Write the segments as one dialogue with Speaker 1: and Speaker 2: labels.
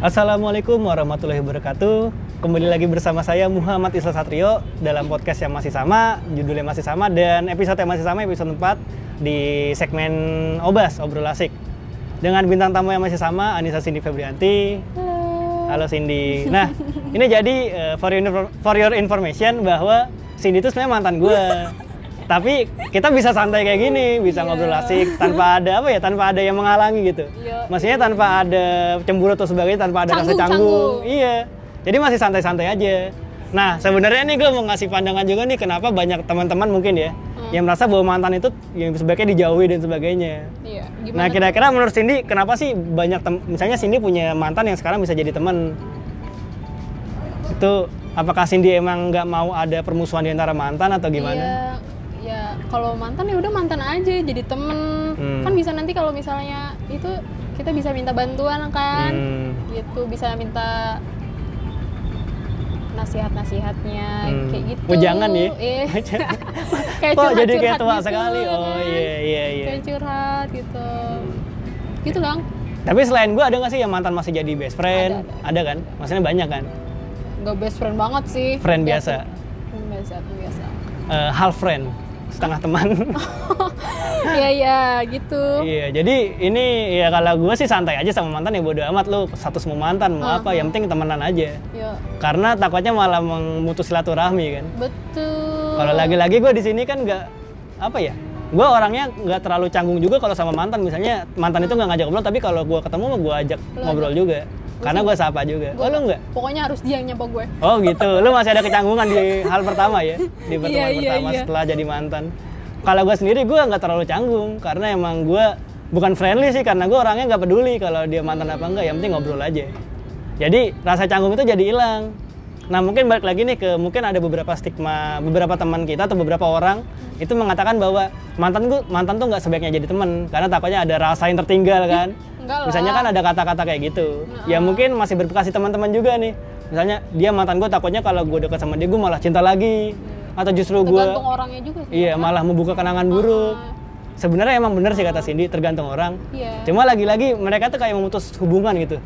Speaker 1: Assalamualaikum warahmatullahi wabarakatuh. Kembali lagi bersama saya Muhammad Isla Satrio dalam podcast yang masih sama, judulnya masih sama dan episode yang masih sama episode 4 di segmen Obas Obrol Asik. Dengan bintang tamu yang masih sama Anissa Cindy Febrianti. Halo Cindy. Nah, ini jadi eh, for your, for your information bahwa Cindy itu sebenarnya mantan gue. Tapi kita bisa santai kayak gini, bisa ngobrol asik tanpa ada apa ya, tanpa ada yang menghalangi gitu.
Speaker 2: Iya.
Speaker 1: Maksudnya tanpa ada cemburu atau sebagainya, tanpa ada rasa
Speaker 2: Canggung,
Speaker 1: canggung.
Speaker 2: canggung.
Speaker 1: Iya. Jadi masih santai-santai aja. Nah, sebenarnya nih gue mau ngasih pandangan juga nih kenapa banyak teman-teman mungkin ya yang merasa bahwa mantan itu yang sebaiknya dijauhi dan sebagainya.
Speaker 2: Iya,
Speaker 1: nah,
Speaker 2: gimana?
Speaker 1: kira-kira menurut Cindy kenapa sih banyak tem- misalnya Cindy punya mantan yang sekarang bisa jadi teman? Itu apakah Cindy emang nggak mau ada permusuhan di antara mantan atau gimana?
Speaker 2: Iya, ya kalau mantan ya udah mantan aja jadi temen.
Speaker 1: Hmm.
Speaker 2: Kan bisa nanti kalau misalnya itu kita bisa minta bantuan kan.
Speaker 1: Hmm.
Speaker 2: Gitu bisa minta nasihat-nasihatnya
Speaker 1: Hmm.
Speaker 2: kayak gitu.
Speaker 1: Oh, jangan ya.
Speaker 2: Iya.
Speaker 1: Kok
Speaker 2: kayak curhat,
Speaker 1: jadi kayak tua
Speaker 2: gitu,
Speaker 1: sekali?
Speaker 2: ya
Speaker 1: Oh
Speaker 2: kan?
Speaker 1: iya iya iya.
Speaker 2: Kayak curhat gitu. Gitu, Kang.
Speaker 1: Tapi selain gue ada nggak sih yang mantan masih jadi best friend? Ada,
Speaker 2: Ada,
Speaker 1: kan? Maksudnya banyak kan?
Speaker 2: Gak best friend banget sih.
Speaker 1: Friend
Speaker 2: Ya,
Speaker 1: biasa.
Speaker 2: Friend biasa, friend biasa.
Speaker 1: Eh, half friend, setengah teman.
Speaker 2: Oh. Iya, iya, gitu.
Speaker 1: Iya, jadi ini ya kalau gue sih santai aja sama mantan ya bodo amat lu status mau mantan
Speaker 2: Oh,
Speaker 1: mau apa, yang penting temenan aja.
Speaker 2: Iya.
Speaker 1: Karena takutnya malah memutus silaturahmi kan.
Speaker 2: Betul.
Speaker 1: Kalau lagi-lagi gue di sini kan nggak apa ya? Gue orangnya nggak terlalu canggung juga kalau sama mantan. Misalnya mantan itu nggak ngajak ngobrol, tapi kalau gue ketemu gue ajak
Speaker 2: Lu
Speaker 1: ngobrol juga. Karena gue sapa juga.
Speaker 2: Gua
Speaker 1: Oh lu
Speaker 2: nggak-
Speaker 1: nggak?
Speaker 2: Pokoknya harus dia yang nyapa gue.
Speaker 1: Oh gitu, lu masih ada kecanggungan di hal pertama ya, di pertemuan
Speaker 2: Iya, iya,
Speaker 1: pertama
Speaker 2: iya.
Speaker 1: setelah jadi mantan. Kalau gue sendiri gue nggak terlalu canggung karena emang gue bukan friendly sih karena gue orangnya nggak peduli kalau dia mantan apa enggak, yang penting ngobrol aja. Jadi rasa canggung itu jadi hilang. Nah mungkin balik lagi nih ke mungkin ada beberapa stigma beberapa teman kita atau beberapa orang itu mengatakan bahwa mantan gue mantan tuh nggak sebaiknya jadi teman karena takutnya ada rasa yang tertinggal kan.
Speaker 2: Enggak lah.
Speaker 1: Misalnya kan ada kata-kata kayak gitu. Ya mungkin masih berbekas di teman-teman juga nih. Misalnya dia mantan gue takutnya kalau gue dekat sama dia gue malah cinta lagi atau justru gue
Speaker 2: Hmm. Tergantung orangnya juga sih.
Speaker 1: iya malah membuka kenangan buruk. Sebenarnya emang bener sih kata Cindy tergantung orang.
Speaker 2: Iya.
Speaker 1: Cuma lagi-lagi mereka tuh kayak memutus hubungan gitu.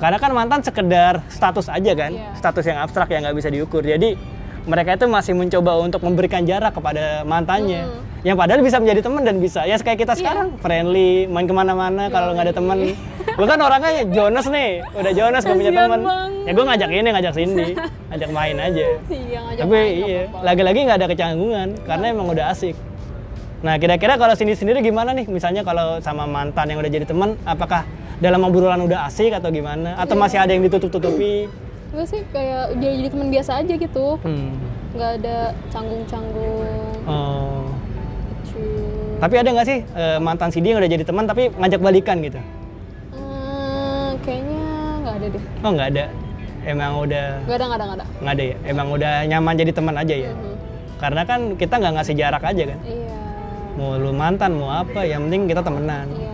Speaker 1: Karena kan mantan sekedar status aja kan,
Speaker 2: Iya.
Speaker 1: status yang abstrak yang nggak bisa diukur. Jadi mereka itu masih mencoba untuk memberikan jarak kepada mantannya, yang padahal bisa menjadi teman dan bisa ya kayak
Speaker 2: Iya.
Speaker 1: kita sekarang friendly, main kemana-mana kalau nggak ada teman. Gue kan orangnya Jonas nih, udah Jonas gak punya
Speaker 2: Kasian
Speaker 1: teman.
Speaker 2: banget.
Speaker 1: Ya gue ngajak ini, ngajak Cindy, ajak main aja
Speaker 2: Iya, ngajak
Speaker 1: tapi
Speaker 2: main, nggak
Speaker 1: iya
Speaker 2: apa-apa.
Speaker 1: lagi-lagi nggak ada kecanggungan karena emang udah asik nah kira-kira kalau sini sendiri gimana nih misalnya kalau sama mantan yang udah jadi teman apakah dalam obrolan udah asik atau gimana atau masih ada yang ditutup-tutupi
Speaker 2: Gue sih kayak dia jadi teman biasa aja gitu.
Speaker 1: hmm.
Speaker 2: Nggak ada canggung-canggung.
Speaker 1: oh.
Speaker 2: lucu.
Speaker 1: tapi ada nggak sih eh, mantan si dia yang udah jadi teman tapi ngajak balikan gitu
Speaker 2: Hmm, kayaknya nggak ada deh.
Speaker 1: oh nggak ada emang udah
Speaker 2: Nggak ada, nggak ada, nggak ada.
Speaker 1: nggak ada ya emang udah nyaman jadi teman aja ya
Speaker 2: Mhm.
Speaker 1: karena kan kita nggak ngasih jarak aja kan
Speaker 2: Iya.
Speaker 1: mau lu mantan mau apa yang penting kita temenan
Speaker 2: Iya.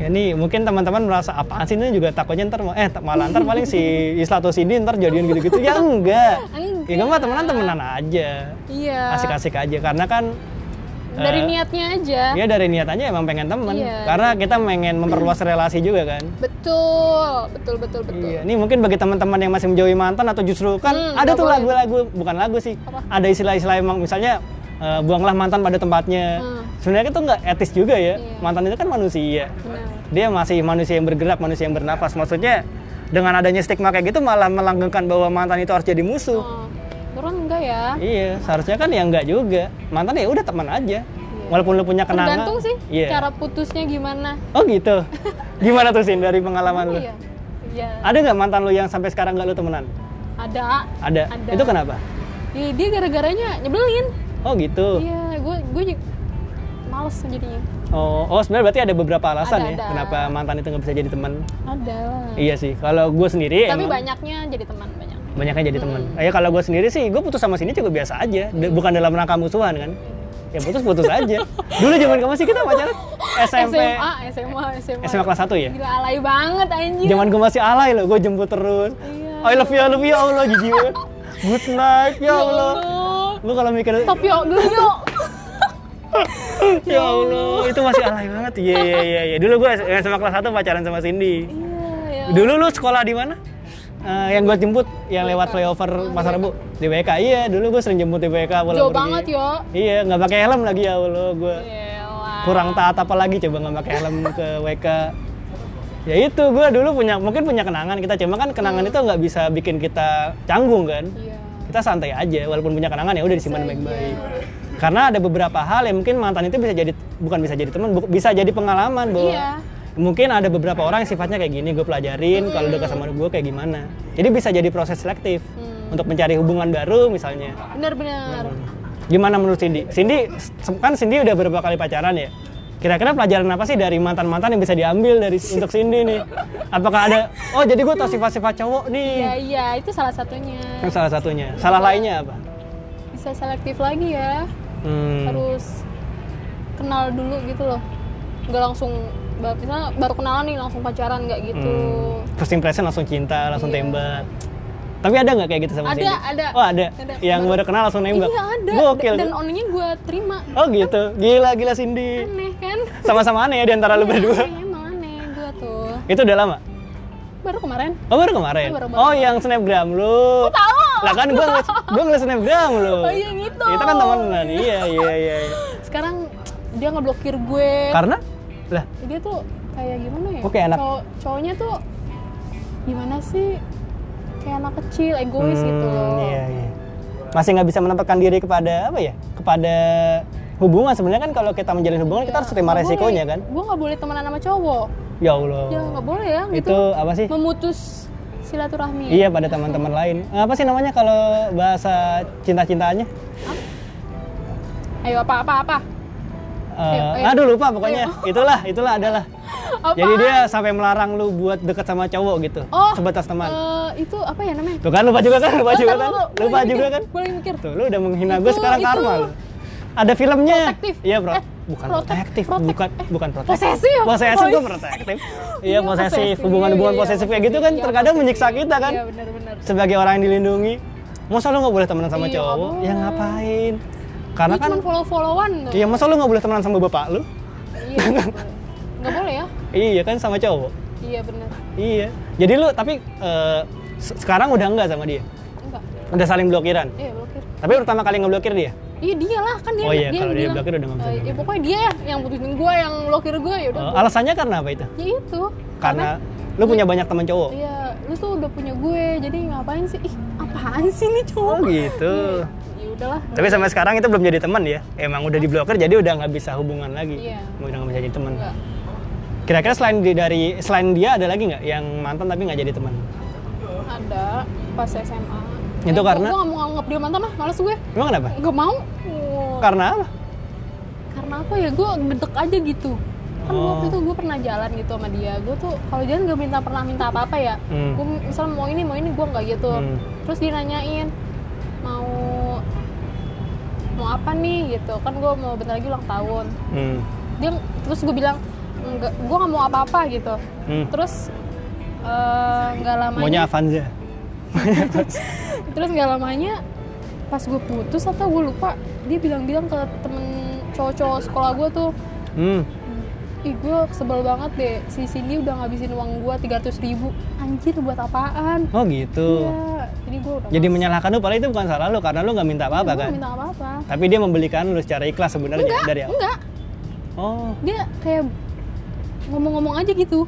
Speaker 1: Ya, ini mungkin teman-teman merasa apaan sih ini juga takutnya ntar mau- eh malah ntar paling si Isla atau si Din ntar jadian gitu-gitu ya enggak ya enggak mah temenan temenan aja
Speaker 2: Iya.
Speaker 1: asik-asik aja karena kan Eh.
Speaker 2: Dari niatnya aja.
Speaker 1: dia dari niatannya emang pengen temen
Speaker 2: Iya.
Speaker 1: karena kita pengen memperluas relasi juga kan
Speaker 2: Betul, betul, betul, betul.
Speaker 1: Iya, ini mungkin bagi teman-teman yang masih menjauhi mantan atau justru kan
Speaker 2: Hmm,
Speaker 1: ada
Speaker 2: nggak
Speaker 1: tuh
Speaker 2: boleh.
Speaker 1: lagu-lagu bukan lagu sih, ada istilah-istilah emang misalnya eh, buanglah mantan pada tempatnya.
Speaker 2: Hmm.
Speaker 1: Sebenarnya itu nggak etis juga ya,
Speaker 2: Iya. Hmm.
Speaker 1: mantan itu kan manusia.
Speaker 2: Benar.
Speaker 1: dia masih manusia yang bergerak, manusia yang bernafas. Maksudnya dengan adanya stigma kayak gitu malah melanggengkan bahwa mantan itu harus jadi musuh.
Speaker 2: Oh, Turun enggak ya?
Speaker 1: Iya, seharusnya kan ya enggak juga. Mantan ya udah teman aja. Walaupun lu punya kenangan.
Speaker 2: Iya. Tergantung sih
Speaker 1: Iya.
Speaker 2: cara putusnya gimana.
Speaker 1: Oh gitu. Gimana tuh Sin dari pengalaman lu?
Speaker 2: Iya. Iya.
Speaker 1: Ada nggak mantan lu yang sampai sekarang nggak lu temenan?
Speaker 2: Ada.
Speaker 1: Ada.
Speaker 2: Ada.
Speaker 1: Itu kenapa?
Speaker 2: Dia, dia gara-garanya nyebelin.
Speaker 1: Oh gitu.
Speaker 2: Iya, gue gue j- males jadinya.
Speaker 1: Oh, oh sebenarnya berarti ada beberapa alasan
Speaker 2: Ada,
Speaker 1: ya
Speaker 2: ada.
Speaker 1: kenapa mantan itu nggak bisa jadi teman.
Speaker 2: Ada lah.
Speaker 1: Iya sih. Kalau gue sendiri
Speaker 2: Tapi
Speaker 1: emang-
Speaker 2: banyaknya jadi teman banyak.
Speaker 1: banyaknya jadi teman. Ya kalau gue sendiri sih, gue putus sama sini juga biasa aja, D- bukan dalam rangka musuhan kan. Ya putus putus aja. Dulu zaman kamu sih kita pacaran SMP,
Speaker 2: SMA, SMA, SMA.
Speaker 1: SMA kelas 1 ya.
Speaker 2: Gila alay banget anjir.
Speaker 1: Zaman gue masih alay loh, gue jemput terus. I
Speaker 2: Iya.
Speaker 1: love you, I love you, ya Allah, jijik banget. Good night, ya Allah. Lu kalau mikir,
Speaker 2: Stop yuk dulu yuk.
Speaker 1: ya Allah, itu masih alay banget. Iya, iya, iya. iya. Dulu gue SMA kelas 1 pacaran sama Cindy.
Speaker 2: Iya, ya
Speaker 1: Dulu lu sekolah di mana? Eh, yang gue jemput yang lewat flyover Pasar Rebo di WK. Iya, dulu gue sering jemput di WK pulang
Speaker 2: Jauh
Speaker 1: pergi.
Speaker 2: banget yo.
Speaker 1: Iya, nggak pakai helm lagi ya Allah gue.
Speaker 2: Yelah.
Speaker 1: Kurang taat apa lagi coba nggak pakai helm ke WK. Ya itu gue dulu punya mungkin punya kenangan kita cuma kan kenangan itu nggak bisa bikin kita canggung kan.
Speaker 2: Iya.
Speaker 1: Kita santai aja walaupun punya kenangan ya udah disimpan baik-baik. Karena ada beberapa hal yang mungkin mantan itu bisa jadi bukan bisa jadi teman, bu- bisa jadi pengalaman bahwa
Speaker 2: Iya.
Speaker 1: mungkin ada beberapa orang yang sifatnya kayak gini gue pelajarin kalau dekat sama gue kayak gimana jadi bisa jadi proses selektif
Speaker 2: Iya. Hmm.
Speaker 1: untuk mencari hubungan baru misalnya
Speaker 2: Benar-benar.
Speaker 1: gimana menurut Cindy Cindy se- kan Cindy udah berapa kali pacaran ya kira-kira pelajaran apa sih dari mantan-mantan yang bisa diambil dari untuk Cindy nih apakah ada oh jadi gue tau sifat-sifat cowok
Speaker 2: Ya
Speaker 1: nih
Speaker 2: iya, itu salah satunya.
Speaker 1: Yang salah satunya salah lainnya apa
Speaker 2: Bisa selektif lagi ya.
Speaker 1: Hmm.
Speaker 2: Harus kenal dulu gitu loh. Nggak langsung ba- misalnya baru kenalan nih langsung pacaran nggak gitu.
Speaker 1: Hmm. First impression langsung cinta, langsung
Speaker 2: Iya.
Speaker 1: tembak. Tapi ada nggak kayak gitu sama
Speaker 2: Ada,
Speaker 1: Cindy?
Speaker 2: ada.
Speaker 1: Oh ada.
Speaker 2: Ada.
Speaker 1: Yang baru kenal langsung nembak.
Speaker 2: Iya ada.
Speaker 1: Gokil.
Speaker 2: Dan onlinenya gue terima.
Speaker 1: Oh gitu. Gila gila Cindy.
Speaker 2: Aneh kan?
Speaker 1: Sama-sama aneh ya di antara lu berdua.
Speaker 2: Aneh, emang aneh gue tuh.
Speaker 1: Itu udah lama.
Speaker 2: Baru kemarin.
Speaker 1: Oh baru kemarin.
Speaker 2: Oh, baru kemarin.
Speaker 1: Oh yang snapgram lu.
Speaker 2: Tahu.
Speaker 1: Lah kan gua ngeliat, gua ngeliat snapgram lu.
Speaker 2: Oh, iya gitu.
Speaker 1: Kita kan temenan. Iya iya iya. iya.
Speaker 2: Sekarang dia ngeblokir gue.
Speaker 1: Karena lah
Speaker 2: dia tuh kayak gimana ya?
Speaker 1: Oke, anak-
Speaker 2: Cowok- cowoknya tuh gimana sih? Kayak anak kecil, egois gitu
Speaker 1: Hmm,
Speaker 2: loh.
Speaker 1: Iya, iya. Masih nggak bisa menampakkan diri kepada apa ya? Kepada hubungan sebenarnya kan kalau kita menjalin hubungan kita harus terima resikonya kan.
Speaker 2: Gue nggak Iya, boleh temenan sama cowok.
Speaker 1: Ya Allah.
Speaker 2: Ya nggak boleh ya gitu.
Speaker 1: Itu apa sih?
Speaker 2: Memutus silaturahmi. ya?
Speaker 1: Iya pada teman-teman lain. Apa sih namanya kalau bahasa cinta-cintaannya?
Speaker 2: Ayo apa apa apa. Ayo,
Speaker 1: Eh,
Speaker 2: ayo.
Speaker 1: aduh lupa pokoknya.
Speaker 2: oh.
Speaker 1: Itulah, itulah adalah.
Speaker 2: Apa?
Speaker 1: Jadi dia sampai melarang lu buat deket sama cowok gitu.
Speaker 2: Oh,
Speaker 1: Sebatas teman.
Speaker 2: eh, itu apa ya namanya?
Speaker 1: Tuh kan lupa juga kan? Lupa
Speaker 2: Oh,
Speaker 1: juga kan?
Speaker 2: tahu, tahu, tahu.
Speaker 1: Lupa
Speaker 2: Boleh
Speaker 1: juga
Speaker 2: mikir,
Speaker 1: kan?
Speaker 2: Boleh mikir.
Speaker 1: Tuh lu udah menghina gue
Speaker 2: Itu,
Speaker 1: sekarang
Speaker 2: itu.
Speaker 1: karma lu. Ada filmnya.
Speaker 2: Protektif.
Speaker 1: Iya, Bro.
Speaker 2: Eh,
Speaker 1: bukan
Speaker 2: protek-
Speaker 1: protektif,
Speaker 2: protek- eh,
Speaker 1: bukan bukan protektif.
Speaker 2: posesif.
Speaker 1: Posesif
Speaker 2: Oh,
Speaker 1: gue
Speaker 2: iya.
Speaker 1: protektif. Iya,
Speaker 2: Iya,
Speaker 1: posesif.
Speaker 2: posesif.
Speaker 1: Hubungan-hubungan
Speaker 2: Iya, iya,
Speaker 1: posesif kayak gitu kan
Speaker 2: posesif. Iya,
Speaker 1: terkadang menyiksa
Speaker 2: posesif.
Speaker 1: kita kan.
Speaker 2: Iya benar-benar.
Speaker 1: sebagai orang yang dilindungi masa lu nggak boleh temenan sama
Speaker 2: Iya,
Speaker 1: cowok
Speaker 2: nggak
Speaker 1: ya
Speaker 2: boleh.
Speaker 1: ngapain karena
Speaker 2: Ini
Speaker 1: kan
Speaker 2: cuman follow-followan tuh.
Speaker 1: iya masa lu nggak boleh temenan sama bapak lu
Speaker 2: Iya. Enggak boleh ya?
Speaker 1: iya kan sama cowok
Speaker 2: Iya benar.
Speaker 1: iya jadi lu tapi eh, se- sekarang udah enggak sama dia
Speaker 2: Enggak.
Speaker 1: udah saling blokiran
Speaker 2: Iya, blokir.
Speaker 1: tapi pertama kali ngeblokir dia
Speaker 2: Iya dia lah kan dia
Speaker 1: Oh iya,
Speaker 2: dia yang
Speaker 1: kalau dia
Speaker 2: bilang,
Speaker 1: blokir udah nggak bisa
Speaker 2: "Eh, ya
Speaker 1: blokir."
Speaker 2: pokoknya dia ya yang putusin gue yang blokir gue ya udah
Speaker 1: Eh,
Speaker 2: gua-
Speaker 1: alasannya karena apa itu
Speaker 2: ya itu
Speaker 1: karena lu punya banyak teman cowok
Speaker 2: ya lu tuh udah punya gue jadi ngapain sih ih apaan sih nih cowok
Speaker 1: oh gitu
Speaker 2: ya udahlah
Speaker 1: tapi sampai sekarang itu belum jadi teman ya emang udah diblokir jadi udah nggak bisa hubungan lagi
Speaker 2: Iya.
Speaker 1: udah nggak bisa jadi teman
Speaker 2: enggak
Speaker 1: kira-kira selain di- dari selain dia ada lagi nggak yang mantan tapi nggak jadi teman
Speaker 2: ada pas SMA
Speaker 1: Itu karena-
Speaker 2: gue gak mau nganggap dia mantan lah males gue
Speaker 1: emang kenapa
Speaker 2: nggak mau
Speaker 1: karena apa
Speaker 2: karena apa ya gue gedek aja gitu kan
Speaker 1: Oh.
Speaker 2: waktu itu gue pernah jalan gitu sama dia gue tuh kalau jalan gak minta pernah minta apa apa ya
Speaker 1: Hmm.
Speaker 2: gue misal mau ini mau ini gue nggak gitu
Speaker 1: Hmm.
Speaker 2: terus dia nanyain mau mau apa nih gitu kan gue mau bentar lagi ulang tahun
Speaker 1: Hmm.
Speaker 2: dia terus gue bilang enggak gue nggak mau apa apa gitu
Speaker 1: Hmm.
Speaker 2: terus eh, nggak
Speaker 1: Maunya
Speaker 2: lamanya
Speaker 1: Avanza.
Speaker 2: terus nggak lamanya pas gue putus atau gue lupa dia bilang-bilang ke temen cowok-cowok sekolah gue tuh
Speaker 1: Hmm.
Speaker 2: Ih gue sebel banget deh, si Cindy udah ngabisin uang gue 300 ribu Anjir buat apaan?
Speaker 1: Oh gitu.
Speaker 2: Iya, jadi gue udah
Speaker 1: Jadi menyalahkan lu padahal itu bukan salah lu karena lu nggak minta apa-apa
Speaker 2: Gue
Speaker 1: kan.
Speaker 2: nggak minta apa-apa
Speaker 1: Tapi dia membelikan lu secara ikhlas sebenarnya
Speaker 2: Enggak,
Speaker 1: dari awal.
Speaker 2: enggak
Speaker 1: Oh.
Speaker 2: Dia kayak ngomong-ngomong aja gitu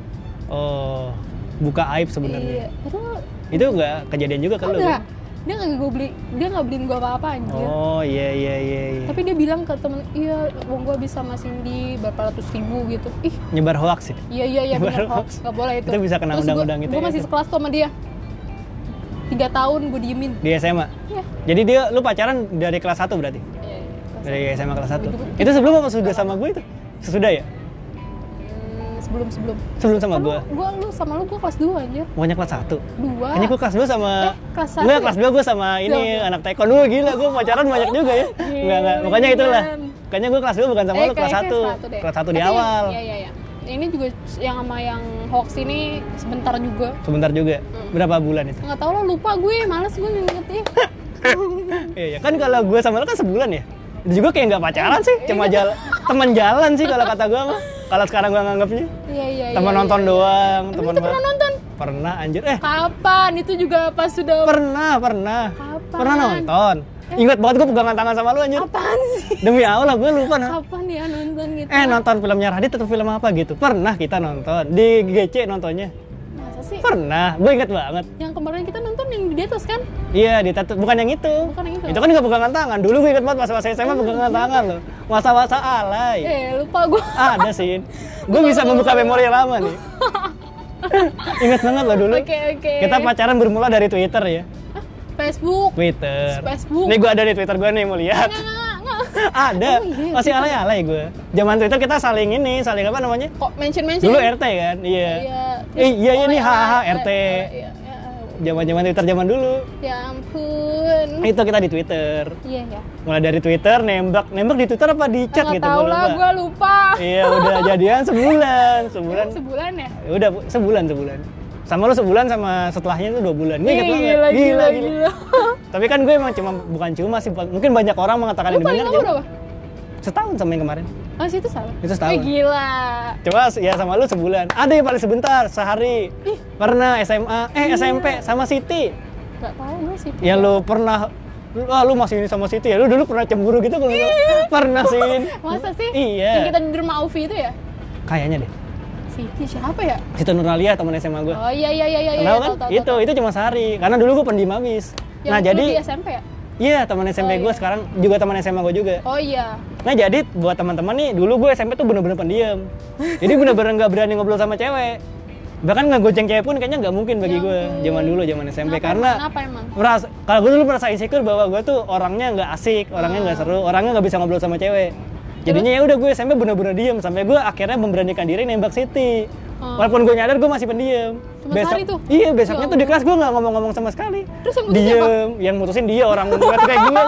Speaker 1: Oh. Buka aib sebenarnya.
Speaker 2: Iya, padahal
Speaker 1: Itu nggak kejadian juga kan lu?
Speaker 2: enggak
Speaker 1: kan?
Speaker 2: Dia nggak gue beli, dia nggak beliin gue apa-apa anjir
Speaker 1: Oh, iya iya iya iya.
Speaker 2: Tapi dia bilang ke temen, iya uang gue bisa sama Cindy berapa ratus ribu gitu Ih
Speaker 1: Nyebar hoax ya?
Speaker 2: Iya iya iya benar
Speaker 1: Baru-
Speaker 2: hoax nggak boleh itu.
Speaker 1: Itu bisa kena undang-undang ITE
Speaker 2: Gue
Speaker 1: itu.
Speaker 2: masih sekelas tuh sama dia. Tiga tahun gue diemin.
Speaker 1: Di SMA.
Speaker 2: Iya.
Speaker 1: Jadi dia lu pacaran dari kelas 1 berarti?
Speaker 2: Iya, iya.
Speaker 1: Dari SMA kelas 1. Itu sebelum apa sudah sama gue itu? Sesudah ya?
Speaker 2: Hmm, sebelum sebelum.
Speaker 1: Sebelum sama gue.
Speaker 2: Gue lu sama lu gue kelas dua aja.
Speaker 1: Maunya kelas 1.
Speaker 2: Dua.
Speaker 1: Kayaknya gue kelas 2 sama
Speaker 2: Eh, kelas satu
Speaker 1: Enggak,
Speaker 2: ya?
Speaker 1: kelas 2 gue sama ini
Speaker 2: Iya.
Speaker 1: anak taekwondo gila, gue pacaran banyak juga ya. Enggak, enggak. Makanya itulah.
Speaker 2: Giliran.
Speaker 1: Makanya gue kelas 2 bukan sama
Speaker 2: Iya, Eh,
Speaker 1: lu kelas
Speaker 2: kayaknya
Speaker 1: 1.
Speaker 2: deh.
Speaker 1: Kelas 1 di
Speaker 2: Tapi yang-
Speaker 1: awal.
Speaker 2: Iya iya iya. Ini juga yang sama yang hoax ini sebentar juga.
Speaker 1: Sebentar juga. Berapa bulan itu?
Speaker 2: Nggak tahu lah lupa gue, males gue ya. ngingetin.
Speaker 1: Iya, iya. kan kalau gue sama lu kan sebulan ya. Itu juga kayak nggak pacaran sih, cuma
Speaker 2: Iya.
Speaker 1: jalan teman jalan sih kalau kata gue mah. Kalau sekarang gue nganggapnya
Speaker 2: Iya iya.
Speaker 1: teman
Speaker 2: iya,
Speaker 1: nonton
Speaker 2: iya.
Speaker 1: doang,
Speaker 2: Emang
Speaker 1: teman
Speaker 2: kita pernah nonton?
Speaker 1: Pernah, pernah anjir. Eh,
Speaker 2: Kapan? Itu juga pas sudah
Speaker 1: pernah, pernah.
Speaker 2: Kapan?
Speaker 1: Pernah nonton. Ingat banget gue pegangan tangan sama lu anjir.
Speaker 2: Apaan sih?
Speaker 1: Demi Allah gue lupa. nah.
Speaker 2: Kapan ya nonton gitu?
Speaker 1: Eh, nonton filmnya Radit atau film apa gitu. Pernah kita nonton. Di GC nontonnya.
Speaker 2: Iya. Masa sih?
Speaker 1: Pernah. Gue inget banget.
Speaker 2: Yang kemarin kita nonton yang di atas kan?
Speaker 1: Iya, di tattoo. Bukan yang itu.
Speaker 2: Bukan yang itu.
Speaker 1: Itu kan nggak pegangan tangan. Dulu gue inget banget masa-masa SMA pegangan tangan loh. Masa-masa alay.
Speaker 2: Eh, lupa gue.
Speaker 1: ada sih gue bisa membuka memori yang lama nih ingat banget loh dulu
Speaker 2: Oke, oke.
Speaker 1: kita pacaran bermula dari twitter ya
Speaker 2: Facebook.
Speaker 1: twitter
Speaker 2: Facebook.
Speaker 1: nih gue ada di twitter gue nih mau lihat
Speaker 2: Enggak, enggak, enggak.
Speaker 1: ada
Speaker 2: Oh, iya,
Speaker 1: masih alay alay gue zaman twitter kita saling ini saling apa namanya
Speaker 2: Kok mention-mention?
Speaker 1: dulu rt kan iya
Speaker 2: Iya.
Speaker 1: Eh, iya iya nih hahaha
Speaker 2: Iya,
Speaker 1: rt
Speaker 2: iya, iya, iya.
Speaker 1: zaman zaman twitter zaman dulu
Speaker 2: Ya ampun.
Speaker 1: itu kita di twitter
Speaker 2: Iya, ya.
Speaker 1: mulai dari twitter nembak nembak di twitter apa di chat
Speaker 2: Enggak
Speaker 1: gitu
Speaker 2: tahu
Speaker 1: Gua
Speaker 2: lah,
Speaker 1: lupa.
Speaker 2: gue lupa.
Speaker 1: iya udah jadian sebulan sebulan
Speaker 2: Sebulan ya?
Speaker 1: Ya udah Bu, sebulan sebulan sama lu sebulan sama setelahnya itu dua bulan gue inget
Speaker 2: Iya,
Speaker 1: banget
Speaker 2: gila, gila, gila.
Speaker 1: tapi kan gue emang cuma bukan cuma sih mungkin banyak orang mengatakan
Speaker 2: Lu
Speaker 1: ini
Speaker 2: paling
Speaker 1: benar ya.
Speaker 2: lama berapa?
Speaker 1: setahun sama yang kemarin
Speaker 2: Oh, situ salah.
Speaker 1: Itu setahun.
Speaker 2: gila.
Speaker 1: coba ya sama lu sebulan ada yang paling sebentar sehari pernah SMA eh
Speaker 2: Iya.
Speaker 1: SMP sama Siti
Speaker 2: Enggak tahu gue sih.
Speaker 1: ya lu pernah lu, ah, lu masih ini sama Siti ya lu dulu pernah cemburu gitu kalau
Speaker 2: Iya.
Speaker 1: nggak salah. pernah sih
Speaker 2: Masa sih?
Speaker 1: Iya.
Speaker 2: Yang kita di rumah Aufi itu ya?
Speaker 1: kayaknya deh
Speaker 2: Siti siapa ya?
Speaker 1: Siti Nuralia teman SMA gue
Speaker 2: Oh iya iya iya iya.
Speaker 1: Kenapa
Speaker 2: iya,
Speaker 1: kan?
Speaker 2: tahu, tahu,
Speaker 1: itu itu cuma sehari karena dulu gue pendiam abis
Speaker 2: tahu. Yang
Speaker 1: nah
Speaker 2: dulu
Speaker 1: jadi
Speaker 2: di SMP ya?
Speaker 1: Iya, teman SMP
Speaker 2: Oh,
Speaker 1: gue
Speaker 2: iya.
Speaker 1: sekarang juga teman SMA gue juga.
Speaker 2: Oh iya.
Speaker 1: Nah, jadi buat teman-teman nih, dulu gue SMP tuh bener-bener pendiam. Jadi bener-bener nggak berani ngobrol sama cewek. Bahkan nggak goceng cewek pun kayaknya nggak mungkin bagi
Speaker 2: Ya
Speaker 1: gue
Speaker 2: ampun.
Speaker 1: zaman dulu, zaman SMP
Speaker 2: Kenapa
Speaker 1: karena
Speaker 2: emang? Kenapa emang?
Speaker 1: merasa kalau gue dulu merasa insecure bahwa gue tuh orangnya nggak asik, orangnya
Speaker 2: Ah.
Speaker 1: nggak seru, orangnya nggak bisa ngobrol sama cewek. Jadinya ya udah gue SMP bener-bener diem sampai gue akhirnya memberanikan diri nembak Siti.
Speaker 2: Oh.
Speaker 1: Walaupun gue nyadar gue masih pendiam.
Speaker 2: Cuma sehari tuh?
Speaker 1: Iya, besoknya
Speaker 2: Ya
Speaker 1: tuh di kelas gue nggak ngomong-ngomong sama sekali.
Speaker 2: Terus yang putus siapa?
Speaker 1: Diem, yang mutusin dia orang muda kayak gue kan.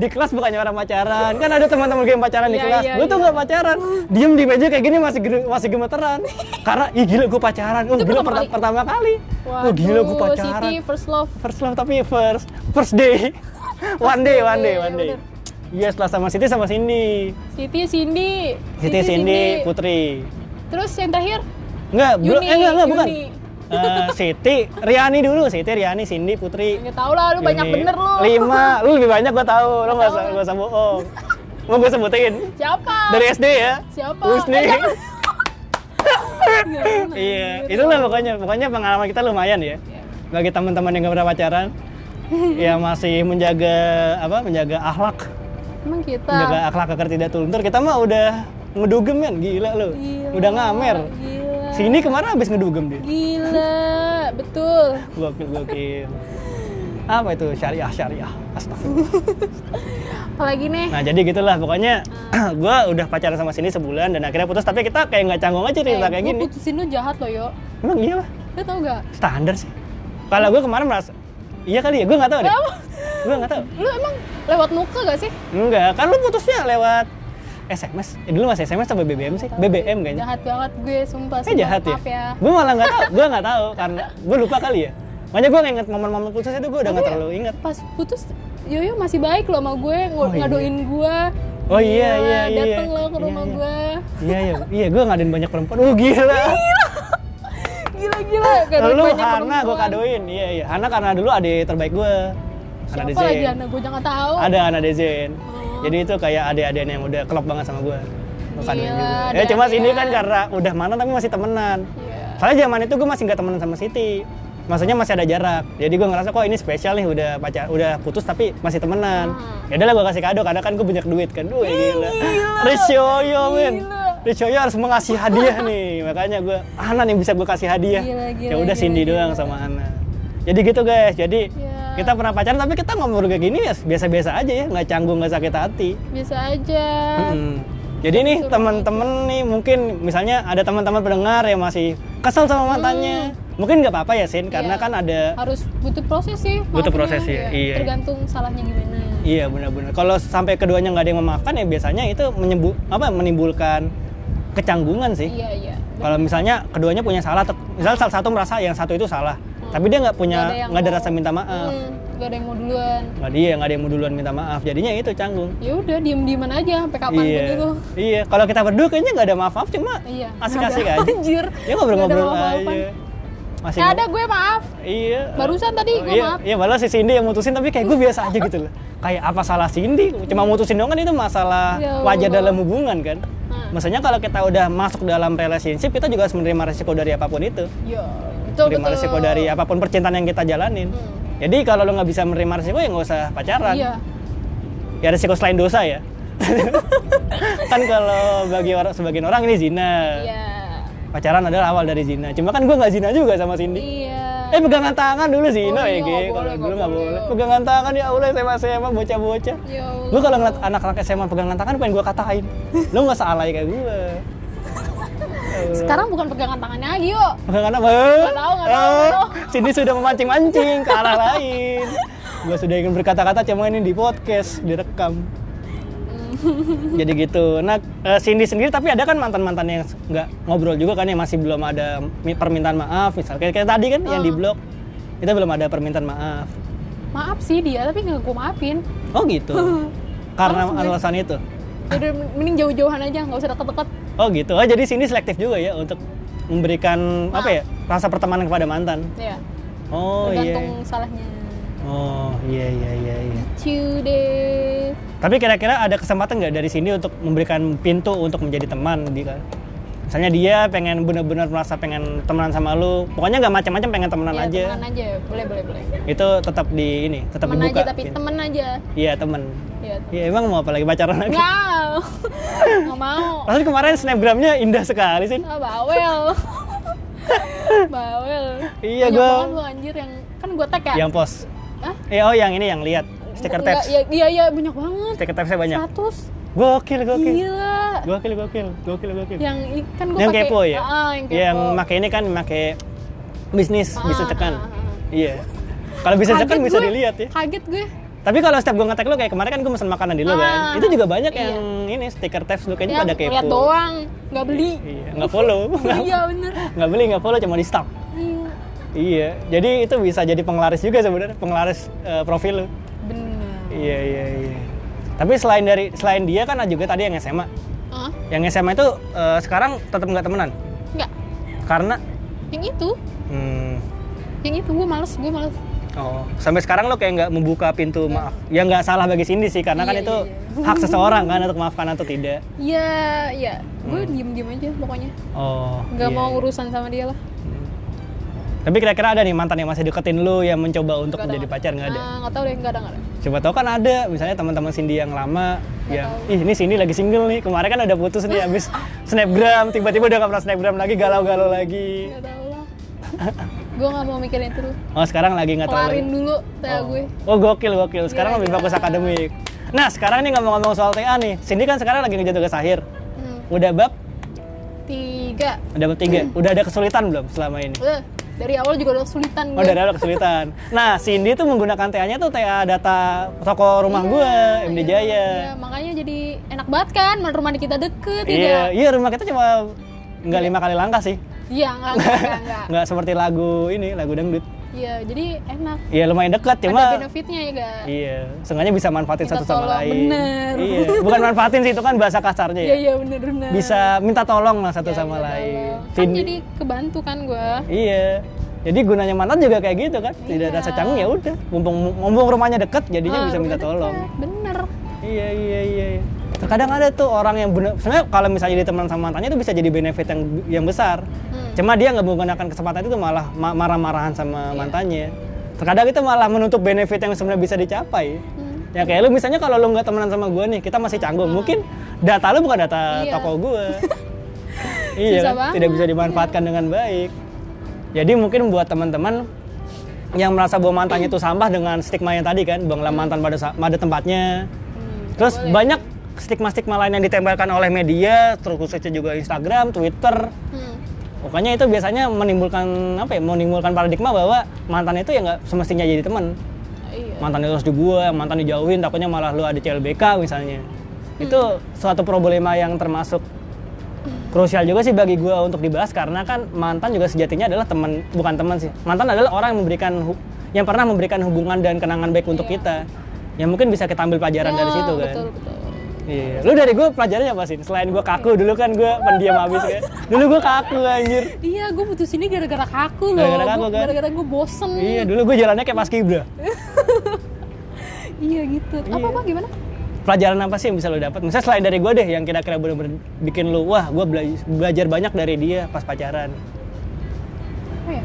Speaker 1: di kelas bukannya orang pacaran kan ada teman-teman gue yang pacaran di
Speaker 2: Iya,
Speaker 1: kelas
Speaker 2: iya,
Speaker 1: gue tuh
Speaker 2: iya.
Speaker 1: nggak pacaran diem di meja kayak gini masih gere- masih gemeteran karena ih gila gue pacaran oh gila
Speaker 2: pertama
Speaker 1: perta-
Speaker 2: kali?
Speaker 1: pertama kali
Speaker 2: Waduh,
Speaker 1: oh gila gue pacaran
Speaker 2: Siti first love.
Speaker 1: first love tapi first first day one day one day
Speaker 2: day, iya,
Speaker 1: one day
Speaker 2: bener.
Speaker 1: Yes lah sama Siti sama Cindy.
Speaker 2: Siti Cindy.
Speaker 1: Siti, Cindy, Putri.
Speaker 2: Terus yang terakhir?
Speaker 1: Enggak, belum
Speaker 2: Yuni,
Speaker 1: eh enggak, enggak bukan.
Speaker 2: Yuni.
Speaker 1: Eh, Siti, Riani dulu, Siti, Riani, Cindy, Putri.
Speaker 2: Enggak tahu lah lu banyak
Speaker 1: Ini
Speaker 2: bener lu.
Speaker 1: Lima, lu lebih banyak gua tahu. Lu nggak usah
Speaker 2: Tahu.
Speaker 1: nggak usah bohong. Mau gua sebutin
Speaker 2: Siapa?
Speaker 1: dari SD ya.
Speaker 2: Siapa?
Speaker 1: Husni.
Speaker 2: Eh, jangan. Iya, bener.
Speaker 1: iya, itulah pokoknya. Pokoknya pengalaman kita lumayan ya.
Speaker 2: Iya.
Speaker 1: Bagi teman-teman yang nggak pernah pacaran, ya masih menjaga apa? Menjaga akhlak,
Speaker 2: Emang kita.
Speaker 1: menjaga akhlak agar tidak luntur. Kita mah udah ngedugem kan, gila lu.
Speaker 2: Gila,
Speaker 1: Udah ngamer.
Speaker 2: Iya, Gila.
Speaker 1: Sini kemarin habis ngedugem dia.
Speaker 2: Gila, betul.
Speaker 1: Gokil, gokil. apa itu syariah syariah astagfirullah
Speaker 2: Apalagi nih?
Speaker 1: nah jadi gitulah pokoknya gua udah pacaran sama sini sebulan dan akhirnya putus tapi kita kayak nggak canggung aja cerita
Speaker 2: Eh,
Speaker 1: kayak
Speaker 2: gua
Speaker 1: gini
Speaker 2: putusin lu jahat loh, Yo.
Speaker 1: emang iya lah
Speaker 2: Lu tau gak?
Speaker 1: standar sih kalau gue kemarin merasa iya kali ya gue nggak tahu deh gue nggak tahu
Speaker 2: Lu emang lewat muka gak sih?
Speaker 1: enggak kan lu putusnya lewat SMS eh, dulu masih SMS atau BBM sih BBM kayaknya
Speaker 2: Jahat banget gue,
Speaker 1: eh
Speaker 2: sumpah. sumpah,
Speaker 1: jahat ya
Speaker 2: maaf ya.
Speaker 1: gue malah nggak tahu gue nggak tahu karena gue lupa kali ya makanya gue inget momen-momen putus itu gue udah nggak
Speaker 2: Tapi
Speaker 1: terlalu inget
Speaker 2: Iya. Pas putus, Yoyo masih baik loh sama gue, ng-
Speaker 1: Oh, iya.
Speaker 2: ngadoin gue.
Speaker 1: Oh, iya,
Speaker 2: Gila,
Speaker 1: iya, iya.
Speaker 2: Dateng loh ke
Speaker 1: Iya,
Speaker 2: rumah
Speaker 1: iya.
Speaker 2: gue.
Speaker 1: iya iya iya gue ngadain banyak perempuan oh gila
Speaker 2: Gila-gila, gadoin
Speaker 1: Lalu
Speaker 2: Iya, banyak
Speaker 1: Hana gue
Speaker 2: perempuan.
Speaker 1: kadoin, iya iya. Hana karena dulu adik terbaik gue. Hana
Speaker 2: Siapa lagi
Speaker 1: Dezen.
Speaker 2: anak gue jangan tahu.
Speaker 1: Ada Hana Dezen.
Speaker 2: Oh.
Speaker 1: Jadi itu kayak adik-adik yang udah klop banget sama gue. Gue kadoin
Speaker 2: Gila,
Speaker 1: juga. Ya
Speaker 2: adik-adik
Speaker 1: cuma sini
Speaker 2: ya.
Speaker 1: kan karena udah mantan tapi masih temenan.
Speaker 2: Iya.
Speaker 1: Soalnya zaman itu gue masih nggak temenan sama Siti. Maksudnya masih ada jarak. Jadi gue ngerasa kok ini spesial nih udah pacar, udah putus tapi masih temenan.
Speaker 2: Hmm.
Speaker 1: Ya udahlah gue kasih kado karena kan gue banyak duit kan. Duh, gila. Rishoyo, men.
Speaker 2: Gila.
Speaker 1: Rishoyo harus mengasih hadiah nih. Makanya gue Hana nih bisa gue kasih hadiah.
Speaker 2: Gila, gila,
Speaker 1: ya udah
Speaker 2: gila,
Speaker 1: Cindy
Speaker 2: gila.
Speaker 1: doang sama Hana. Jadi gitu guys. Jadi
Speaker 2: Ya.
Speaker 1: kita pernah pacaran tapi kita ngomong kayak gini ya biasa-biasa aja ya, nggak canggung, nggak sakit hati.
Speaker 2: Bisa aja.
Speaker 1: Mm-mm. Jadi nih teman-teman nih mungkin misalnya ada teman-teman pendengar yang masih kesel sama mantannya, mungkin nggak apa-apa ya Sin, karena
Speaker 2: Mm. Iya.
Speaker 1: kan ada
Speaker 2: Harus butuh proses sih.
Speaker 1: Butuh
Speaker 2: maafinnya.
Speaker 1: proses ya, iya.
Speaker 2: Tergantung salahnya gimana.
Speaker 1: iya benar-benar. Kalau sampai keduanya nggak ada yang memaafkan ya biasanya itu menyembu apa menimbulkan kecanggungan sih.
Speaker 2: Iya, iya.
Speaker 1: Kalau misalnya keduanya punya salah, atau- misalnya salah satu merasa yang satu itu salah, tapi dia nggak
Speaker 2: Mm. Nggak ada
Speaker 1: punya
Speaker 2: yang
Speaker 1: nggak ada
Speaker 2: mau.
Speaker 1: rasa minta maaf,
Speaker 2: Hmm, gak ada yang mau duluan.
Speaker 1: nggak dia nggak ada yang mau duluan minta maaf, jadinya itu canggung.
Speaker 2: Ya udah diem-dieman aja sampai kapan
Speaker 1: iya,
Speaker 2: gitu.
Speaker 1: iya. Kalau kita berdua kayaknya nggak ada maaf-maaf cuma
Speaker 2: Iya.
Speaker 1: asik-asik
Speaker 2: Nggak ada-
Speaker 1: aja.
Speaker 2: Anjir.
Speaker 1: Ya ngobrol-ngobrol
Speaker 2: Nggak ada apa-apaan.
Speaker 1: aja. masih
Speaker 2: Eh,
Speaker 1: nge-
Speaker 2: ada gue maaf.
Speaker 1: Iya.
Speaker 2: Barusan tadi
Speaker 1: Oh,
Speaker 2: gua
Speaker 1: iya,
Speaker 2: maaf.
Speaker 1: Iya, malah si Cindy yang mutusin tapi kayak gue biasa aja gitu loh. Kayak apa salah Cindy? Cuma mutusin dong kan itu masalah
Speaker 2: Ya
Speaker 1: wajar
Speaker 2: Allah.
Speaker 1: dalam hubungan kan.
Speaker 2: Nah.
Speaker 1: Maksudnya kalau kita udah masuk dalam relationship, kita juga harus menerima resiko dari apapun itu.
Speaker 2: Yo, Iya, betul
Speaker 1: menerima
Speaker 2: betul.
Speaker 1: resiko dari apapun percintaan yang kita jalanin.
Speaker 2: Hmm.
Speaker 1: Jadi kalau lo nggak bisa menerima resiko ya nggak usah pacaran.
Speaker 2: Iya.
Speaker 1: Ya resiko selain dosa ya. kan kalau bagi orang sebagian orang ini zina.
Speaker 2: Iya.
Speaker 1: Pacaran adalah awal dari zina. Cuma kan gue nggak zina juga sama Cindy.
Speaker 2: Iya.
Speaker 1: Eh pegangan tangan dulu sih,
Speaker 2: Oh
Speaker 1: no ya Ge.
Speaker 2: iya, nggak
Speaker 1: Kalau dulu
Speaker 2: boleh, nggak
Speaker 1: nggak boleh.
Speaker 2: boleh.
Speaker 1: Pegangan tangan ya Allah SMA SMA bocah-bocah.
Speaker 2: Ya Allah.
Speaker 1: Lu kalau ngeliat anak-anak SMA pegangan tangan pengen gua katain. Lu nggak salah ya kayak gua.
Speaker 2: sekarang bukan pegangan tangannya lagi yuk.
Speaker 1: Pegangan apa? Gak
Speaker 2: tahu, nggak tahu, nggak tahu.
Speaker 1: Eh, Sini sudah memancing-mancing ke arah lain. Gua sudah ingin berkata-kata cuma ini di podcast, direkam.
Speaker 2: Hmm.
Speaker 1: Jadi gitu. Nah, eh, Cindy sendiri tapi ada kan mantan-mantan yang nggak ngobrol juga kan yang masih belum ada mi- permintaan maaf misalnya kayak, kayak tadi kan yang di
Speaker 2: Ah.
Speaker 1: blog kita belum ada permintaan maaf.
Speaker 2: Maaf sih dia, tapi nggak gue maafin.
Speaker 1: Oh gitu. Karena
Speaker 2: Harus beli.
Speaker 1: alasan itu.
Speaker 2: Udah mending jauh-jauhan aja, nggak usah deket-deket.
Speaker 1: Oh gitu. Oh jadi sini selektif juga ya untuk memberikan
Speaker 2: Maaf.
Speaker 1: apa ya rasa pertemanan kepada mantan.
Speaker 2: Ya.
Speaker 1: Oh iya.
Speaker 2: tergantung salahnya.
Speaker 1: Oh iya iya iya. iya.
Speaker 2: Cude.
Speaker 1: Tapi kira-kira ada kesempatan nggak dari sini untuk memberikan pintu untuk menjadi teman di kan? Misalnya dia pengen benar-benar merasa pengen temenan sama lu, pokoknya nggak macam-macam pengen temenan
Speaker 2: Ya,
Speaker 1: aja.
Speaker 2: temenan aja, boleh boleh boleh.
Speaker 1: Itu tetap di ini, tetap
Speaker 2: Temen
Speaker 1: dibuka.
Speaker 2: aja tapi
Speaker 1: pintu.
Speaker 2: temen aja.
Speaker 1: Iya temen.
Speaker 2: Ya.
Speaker 1: Ya emang mau apa lagi pacaran lagi?
Speaker 2: Nggak. Nggak mau.
Speaker 1: Rasanya kemarin snapgramnya indah sekali sih.
Speaker 2: Ah, bawel. bawel.
Speaker 1: Iya,
Speaker 2: Banyak
Speaker 1: gua-
Speaker 2: banget lu anjir yang kan gue tag ya.
Speaker 1: Yang post.
Speaker 2: Hah?
Speaker 1: Eh, oh yang ini yang lihat stiker
Speaker 2: Nggak,
Speaker 1: tabs.
Speaker 2: Iya iya iya banyak banget.
Speaker 1: Stiker tabsnya banyak.
Speaker 2: 100.
Speaker 1: Gokil, gokil.
Speaker 2: Gila.
Speaker 1: Gokil, gokil. Gokil, gokil.
Speaker 2: Yang i- kan gue
Speaker 1: Yang
Speaker 2: pakai
Speaker 1: kepo ya?
Speaker 2: Ah, ah, yang kepo.
Speaker 1: Yang make ini kan make bisnis
Speaker 2: Ah,
Speaker 1: bisa tekan.
Speaker 2: ah, ah.
Speaker 1: Iya. Kalau bisa
Speaker 2: Kaget
Speaker 1: tekan bisa
Speaker 2: gue.
Speaker 1: dilihat ya.
Speaker 2: Kaget gue.
Speaker 1: Tapi kalau setiap gue ngetek lo kayak kemarin kan gue pesen makanan di lo kan.
Speaker 2: Ah,
Speaker 1: Itu juga banyak
Speaker 2: iya.
Speaker 1: yang ini stiker tabs lo
Speaker 2: Yang
Speaker 1: kayaknya pada kepo.
Speaker 2: Lihat doang, nggak beli.
Speaker 1: Iya, nggak follow.
Speaker 2: Iya bener.
Speaker 1: nggak beli, nggak follow cuma di stalk.
Speaker 2: Iya.
Speaker 1: Iya. Jadi itu bisa jadi penglaris juga sebenarnya, penglaris eh, profil lo.
Speaker 2: Bener.
Speaker 1: Iya, iya, iya. Tapi selain dari selain dia kan ada juga tadi yang SMA.
Speaker 2: Ah,
Speaker 1: Yang SMA itu eh, sekarang tetap nggak temenan
Speaker 2: nggak.
Speaker 1: karena
Speaker 2: Yang itu,
Speaker 1: hmm,
Speaker 2: yang itu gue males, gue males.
Speaker 1: oh sampai sekarang lo kayak nggak membuka pintu maaf. Ya nggak salah bagi Cindy sih karena kan
Speaker 2: Iya,
Speaker 1: itu
Speaker 2: iya,
Speaker 1: hak seseorang kan untuk maafkan atau tidak.
Speaker 2: Iya, iya. Gue diem-diem aja pokoknya.
Speaker 1: Oh.
Speaker 2: Nggak
Speaker 1: Hmm. iya,
Speaker 2: mau
Speaker 1: iya.
Speaker 2: urusan sama dia lah.
Speaker 1: Tapi kira-kira ada nih mantan yang masih deketin lo yang mencoba untuk
Speaker 2: Nggak ada,
Speaker 1: menjadi pacar nggak ada?
Speaker 2: Ah, nggak tahu deh, nggak ada nggak ada.
Speaker 1: Coba tau kan ada, misalnya teman-teman Cindy yang lama
Speaker 2: Nggak
Speaker 1: yang
Speaker 2: tahu.
Speaker 1: ih ini Cindy lagi single nih. Kemarin kan udah putus nih habis snapgram, tiba-tiba udah nggak pernah snapgram lagi, galau-galau lagi.
Speaker 2: Nggak tahu lah. gue nggak mau mikirin itu. dulu.
Speaker 1: Oh, sekarang lagi nggak tahu. lagi.
Speaker 2: Kelarin dulu TA
Speaker 1: Oh.
Speaker 2: gue. Iya,
Speaker 1: Oh gokil gokil. Sekarang
Speaker 2: Gila,
Speaker 1: lebih
Speaker 2: gila.
Speaker 1: fokus akademik. Nah sekarang nih ngomong-ngomong soal TA nih. Cindy kan sekarang lagi ngejar tugas akhir.
Speaker 2: Hmm,
Speaker 1: Udah bab,
Speaker 2: Tiga.
Speaker 1: udah bab tiga.
Speaker 2: Hmm.
Speaker 1: Udah ada kesulitan belum selama ini?
Speaker 2: Eh, dari awal juga udah kesulitan
Speaker 1: Oh
Speaker 2: gue.
Speaker 1: udah ada kesulitan. Nah Cindy tuh menggunakan TA-nya tuh TA data toko rumah gua, MD
Speaker 2: gitu. Iya,
Speaker 1: Jaya.
Speaker 2: iya, makanya jadi enak banget kan, mana rumah di kita deket ya
Speaker 1: Iya,
Speaker 2: tidak?
Speaker 1: iya rumah kita cuma nggak lima kali langkah sih.
Speaker 2: Iya, enggak, enggak, enggak, enggak.
Speaker 1: Nggak seperti lagu ini, lagu dangdut.
Speaker 2: Iya, jadi enak.
Speaker 1: Iya lumayan dekat
Speaker 2: Ada
Speaker 1: cuma
Speaker 2: benefitnya ya, enggak?
Speaker 1: Iya, sengaja bisa manfaatin
Speaker 2: Minta
Speaker 1: satu sama
Speaker 2: tolong,
Speaker 1: lain.
Speaker 2: bener.
Speaker 1: Iya, bukan manfaatin sih itu kan bahasa kasarnya
Speaker 2: Iya,
Speaker 1: ya.
Speaker 2: iya, bener-bener.
Speaker 1: bisa minta tolong lah satu
Speaker 2: Ya,
Speaker 1: sama
Speaker 2: minta
Speaker 1: lain.
Speaker 2: tolong. Kan
Speaker 1: Tin-
Speaker 2: jadi kebantu kan gue.
Speaker 1: Iya. Jadi gunanya mantan juga kayak gitu kan. Tidak
Speaker 2: Iya. Ah,
Speaker 1: ada secanggung ya udah. Mumpung mumpung rumahnya deket jadinya bisa minta tolong.
Speaker 2: Bener.
Speaker 1: Iya iya iya. iya. Terkadang ada tuh orang yang benar sebenarnya kalau misalnya jadi teman sama mantannya itu bisa jadi benefit yang yang besar.
Speaker 2: Hmm.
Speaker 1: Cuma dia nggak menggunakan kesempatan itu malah ma- marah-marahan
Speaker 2: Iya.
Speaker 1: sama mantannya. Terkadang itu malah menutup benefit yang sebenarnya bisa dicapai.
Speaker 2: Hmm.
Speaker 1: Ya kayak lu misalnya kalau lu nggak temenan sama gue nih, kita masih canggung. Mungkin data lu bukan data
Speaker 2: Iya.
Speaker 1: toko gue. iya,
Speaker 2: Susah
Speaker 1: kan?
Speaker 2: banget.
Speaker 1: tidak bisa dimanfaatkan dengan baik. Jadi mungkin buat teman-teman yang merasa bahwa mantannya itu sampah dengan stigma yang tadi kan, buanglah mantan pada sa- pada tempatnya.
Speaker 2: Hmm,
Speaker 1: Terus
Speaker 2: boleh.
Speaker 1: banyak stigma-stigma lain yang ditembakkan oleh media, terus khususnya juga Instagram, Twitter.
Speaker 2: Hmm.
Speaker 1: Pokoknya itu biasanya menimbulkan apa ya? Menimbulkan paradigma bahwa mantan itu ya nggak semestinya jadi teman
Speaker 2: Iya.
Speaker 1: mantan itu harus dibuang, mantan dijauhin, takutnya malah lu ada CLBK misalnya.
Speaker 2: Hmm.
Speaker 1: Itu suatu problema yang termasuk krusial juga sih bagi gua untuk dibahas karena kan mantan juga sejatinya adalah teman, bukan teman sih. Mantan adalah orang yang memberikan hu- yang pernah memberikan hubungan dan kenangan baik untuk Ya kita. Yang mungkin bisa kita ambil pelajaran dari
Speaker 2: Iya. Ya,
Speaker 1: situ kan.
Speaker 2: Betul, betul.
Speaker 1: Iya, lu dari gue pelajarannya apa sih? Selain gue kaku, dulu kan gue pendiam abis kan. Dulu gue kaku anjir.
Speaker 2: Iya, gue putus ini gara-gara kaku loh.
Speaker 1: Gara-gara kaku,
Speaker 2: Gua-
Speaker 1: kan?
Speaker 2: Gara-gara gue bosen.
Speaker 1: Iya, dulu gue jalannya kayak pas kibra.
Speaker 2: Iya gitu. Apa apa gimana?
Speaker 1: Pelajaran apa sih yang bisa lu dapat? Misalnya selain dari gue deh, yang kira-kira bener-bener bikin lu, wah gue bela- belajar banyak dari dia pas pacaran.
Speaker 2: Apa ya?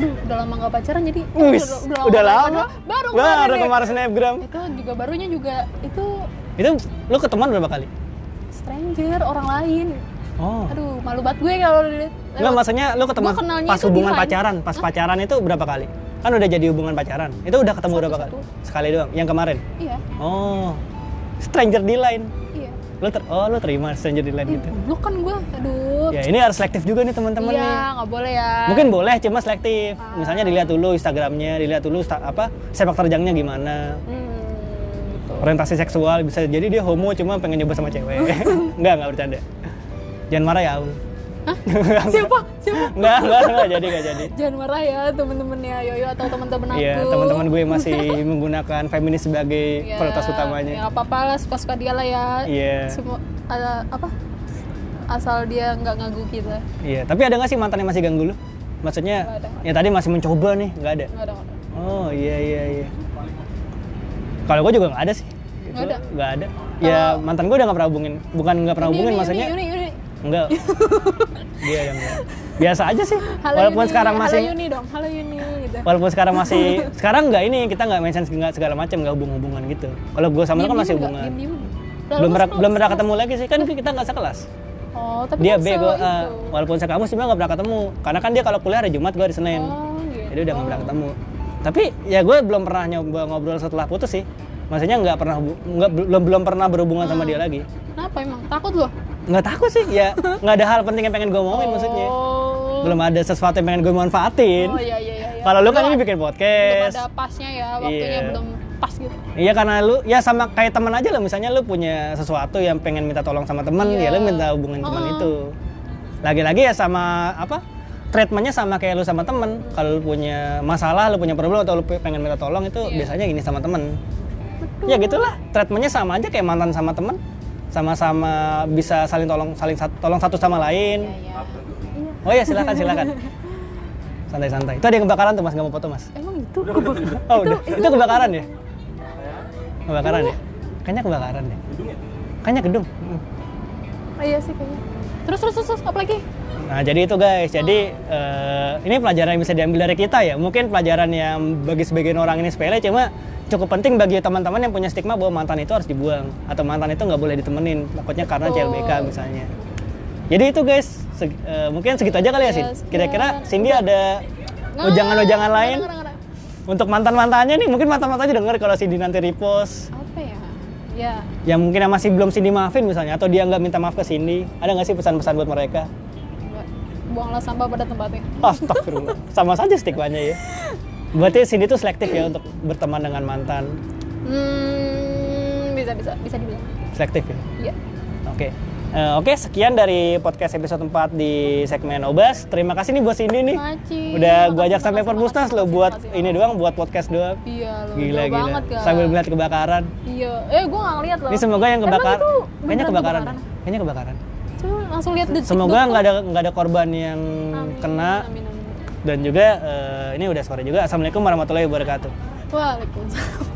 Speaker 2: Aduh, udah lama gak pacaran jadi eh,
Speaker 1: Wis,
Speaker 2: Aduh,
Speaker 1: udah,
Speaker 2: gak
Speaker 1: lama.
Speaker 2: pacaran. Baru,
Speaker 1: Baru
Speaker 2: deh.
Speaker 1: kemarin snapgram.
Speaker 2: Itu juga barunya juga itu
Speaker 1: Itu lu ketemuan berapa kali?
Speaker 2: stranger orang lain.
Speaker 1: Oh.
Speaker 2: Aduh, malu banget gue kalau di-
Speaker 1: Enggak,
Speaker 2: lewat-
Speaker 1: maksudnya lu ketemu
Speaker 2: Gua kenalnya
Speaker 1: pas
Speaker 2: itu
Speaker 1: hubungan
Speaker 2: di Vine.
Speaker 1: pacaran, pas pacaran itu berapa kali? Kan udah jadi hubungan pacaran. Itu udah ketemu
Speaker 2: Satu,
Speaker 1: berapa
Speaker 2: satu.
Speaker 1: kali? Sekali doang, yang kemarin.
Speaker 2: Iya,
Speaker 1: Oh. Stranger di line.
Speaker 2: iya.
Speaker 1: Lu ter oh, lu terima stranger di line
Speaker 2: Ih,
Speaker 1: gitu.
Speaker 2: goblok kan gue. Aduh.
Speaker 1: Ya, ini harus selektif juga nih teman-teman
Speaker 2: iya,
Speaker 1: nih.
Speaker 2: nggak boleh ya.
Speaker 1: Mungkin boleh, cuma selektif.
Speaker 2: Ah.
Speaker 1: Misalnya dilihat dulu Instagramnya, dilihat dulu sta- apa sepak terjangnya gimana,
Speaker 2: Hmm, gitu.
Speaker 1: orientasi seksual bisa jadi dia homo cuma pengen nyoba sama cewek. enggak, enggak bercanda. Jangan marah ya, Aul.
Speaker 2: Siapa? Siapa?
Speaker 1: Enggak, enggak, enggak jadi, enggak jadi.
Speaker 2: Jangan marah ya temen-temennya Yoyo atau temen-temen aku.
Speaker 1: Iya, teman-teman gue masih menggunakan feminis sebagai
Speaker 2: Iya,
Speaker 1: prioritas utamanya.
Speaker 2: Ya apa-apa lah, suka-suka dia lah ya.
Speaker 1: Iya.
Speaker 2: Semua ada apa? Asal dia nggak ngagu kita.
Speaker 1: Iya, tapi ada nggak sih mantan yang masih ganggu lu? Maksudnya,
Speaker 2: Nggak ada.
Speaker 1: ya tadi masih mencoba nih, nggak ada.
Speaker 2: Nggak ada. nggak ada.
Speaker 1: Oh iya iya iya. Kalau gue juga nggak ada sih. Gitu,
Speaker 2: Nggak ada.
Speaker 1: Nggak ada. Ya
Speaker 2: Kalau-
Speaker 1: mantan gue udah nggak pernah hubungin. Bukan nggak pernah
Speaker 2: Ini,
Speaker 1: hubungin,
Speaker 2: ini,
Speaker 1: maksudnya
Speaker 2: Ini, ini, ini.
Speaker 1: nggak. Dia yang nggak. biasa aja sih.
Speaker 2: Halo
Speaker 1: walaupun
Speaker 2: Yuni,
Speaker 1: sekarang masih,
Speaker 2: Halo Yuni dong, halo Yuni gitu.
Speaker 1: walaupun sekarang masih, sekarang nggak ini kita nggak mention nggak segala macam nggak hubung hubungan gitu. Kalau gue sama lu kan
Speaker 2: Diem-diem
Speaker 1: masih
Speaker 2: nggak?
Speaker 1: hubungan.
Speaker 2: Diem-diem nggak?
Speaker 1: belum
Speaker 2: Udah lama
Speaker 1: pernah
Speaker 2: sekali-
Speaker 1: belum pernah ketemu lagi sih kan kita nggak sekelas
Speaker 2: Oh, tapi
Speaker 1: dia eh,
Speaker 2: kan
Speaker 1: B
Speaker 2: se-
Speaker 1: gue
Speaker 2: itu.
Speaker 1: A. walaupun sekamu sih nggak pernah ketemu karena kan dia kalau kuliah hari Jumat gue hari Senin
Speaker 2: Oh, gitu.
Speaker 1: jadi udah nggak pernah ketemu tapi ya gue belum pernah nyoba ngobrol setelah putus sih maksudnya nggak pernah hubu- nggak belum belum pernah berhubungan sama
Speaker 2: Ah.
Speaker 1: dia lagi
Speaker 2: Kenapa emang? Takut loh.
Speaker 1: nggak takut sih ya nggak ada hal penting yang pengen gue omongin maksudnya
Speaker 2: Oh.
Speaker 1: belum ada sesuatu yang pengen gue manfaatin
Speaker 2: Oh iya iya iya. iya.
Speaker 1: kalau lu kan
Speaker 2: Belum-
Speaker 1: ini bikin
Speaker 2: belum
Speaker 1: podcast
Speaker 2: ada pasnya ya, waktunya
Speaker 1: Iya.
Speaker 2: belum pas gitu.
Speaker 1: Iya karena lu ya sama kayak teman aja lah misalnya lu punya sesuatu yang pengen minta tolong sama teman
Speaker 2: Iya.
Speaker 1: ya lu minta hubungan teman
Speaker 2: Uh-uh.
Speaker 1: itu. Lagi-lagi ya sama apa? Treatmentnya sama kayak lu sama temen Kalau lu punya masalah, lu punya problem atau lu pengen minta tolong itu
Speaker 2: Iya.
Speaker 1: biasanya gini sama temen Ya gitulah, treatmentnya sama aja kayak mantan sama temen Sama-sama bisa saling tolong saling sat- tolong satu sama lain.
Speaker 2: Iya. Iya.
Speaker 1: Oh iya silakan silakan. Santai-santai. Itu ada yang kebakaran tuh Mas, nggak mau foto Mas.
Speaker 2: Emang gitu? itu kebakaran.
Speaker 1: Oh, udah. Itu, kebakaran ya? Kebakaran ya? Kayaknya kebakaran ya? Kayaknya gedung. Hmm.
Speaker 2: Oh, iya sih kayaknya. Terus terus terus, terus apa lagi?
Speaker 1: Nah, jadi itu guys. Jadi eh, ini pelajaran yang bisa diambil dari kita ya. Mungkin pelajaran yang bagi sebagian orang ini sepele, cuma cukup penting bagi teman-teman yang punya stigma bahwa mantan itu harus dibuang atau mantan itu nggak boleh ditemenin, takutnya karena
Speaker 2: Betul.
Speaker 1: CLBK misalnya. Jadi itu guys, Seg- eh, mungkin segitu aja kali ya, Sin.
Speaker 2: Yes,
Speaker 1: Kira-kira
Speaker 2: iya.
Speaker 1: Cindy ada Oh, ujangan-ujangan lain
Speaker 2: Nggak, nggak, nggak, nggak.
Speaker 1: untuk mantan-mantannya nih. Mungkin mantan-mantannya denger kalau Cindy nanti repost.
Speaker 2: Apa ya? Ya,
Speaker 1: yang mungkin yang masih belum Cindy maafin misalnya atau dia nggak minta maaf ke Cindy ada nggak sih pesan-pesan buat mereka
Speaker 2: nggak. buanglah sampah pada tempatnya.
Speaker 1: Astagfirullah sama saja stigmanya ya berarti Cindy tuh selektif ya untuk berteman dengan mantan
Speaker 2: Hmm, bisa bisa bisa dibilang.
Speaker 1: selektif ya
Speaker 2: Iya.
Speaker 1: oke Eh, oke sekian dari podcast episode 4 di segmen Obas terima kasih nih buat Cindy nih
Speaker 2: Makasih.
Speaker 1: udah gua ajak
Speaker 2: Makasih,
Speaker 1: sampai
Speaker 2: makasih,
Speaker 1: perbusnas
Speaker 2: makasih,
Speaker 1: loh buat
Speaker 2: makasih,
Speaker 1: ini
Speaker 2: makasih.
Speaker 1: doang buat podcast doang
Speaker 2: Iya loh.
Speaker 1: gila
Speaker 2: jauh
Speaker 1: gila
Speaker 2: banget kan.
Speaker 1: sambil melihat kebakaran
Speaker 2: Iya. Eh, gua nggak ngeliat loh.
Speaker 1: ini semoga yang
Speaker 2: Emang
Speaker 1: kebakar
Speaker 2: itu
Speaker 1: kayaknya
Speaker 2: beneran
Speaker 1: kebakaran kayaknya kebakaran
Speaker 2: Coba langsung lihat detik.
Speaker 1: semoga nggak ada nggak ada korban yang kena
Speaker 2: Amin, amin.
Speaker 1: dan juga eh, ini udah sore juga assalamualaikum warahmatullahi wabarakatuh
Speaker 2: Waalaikumsalam.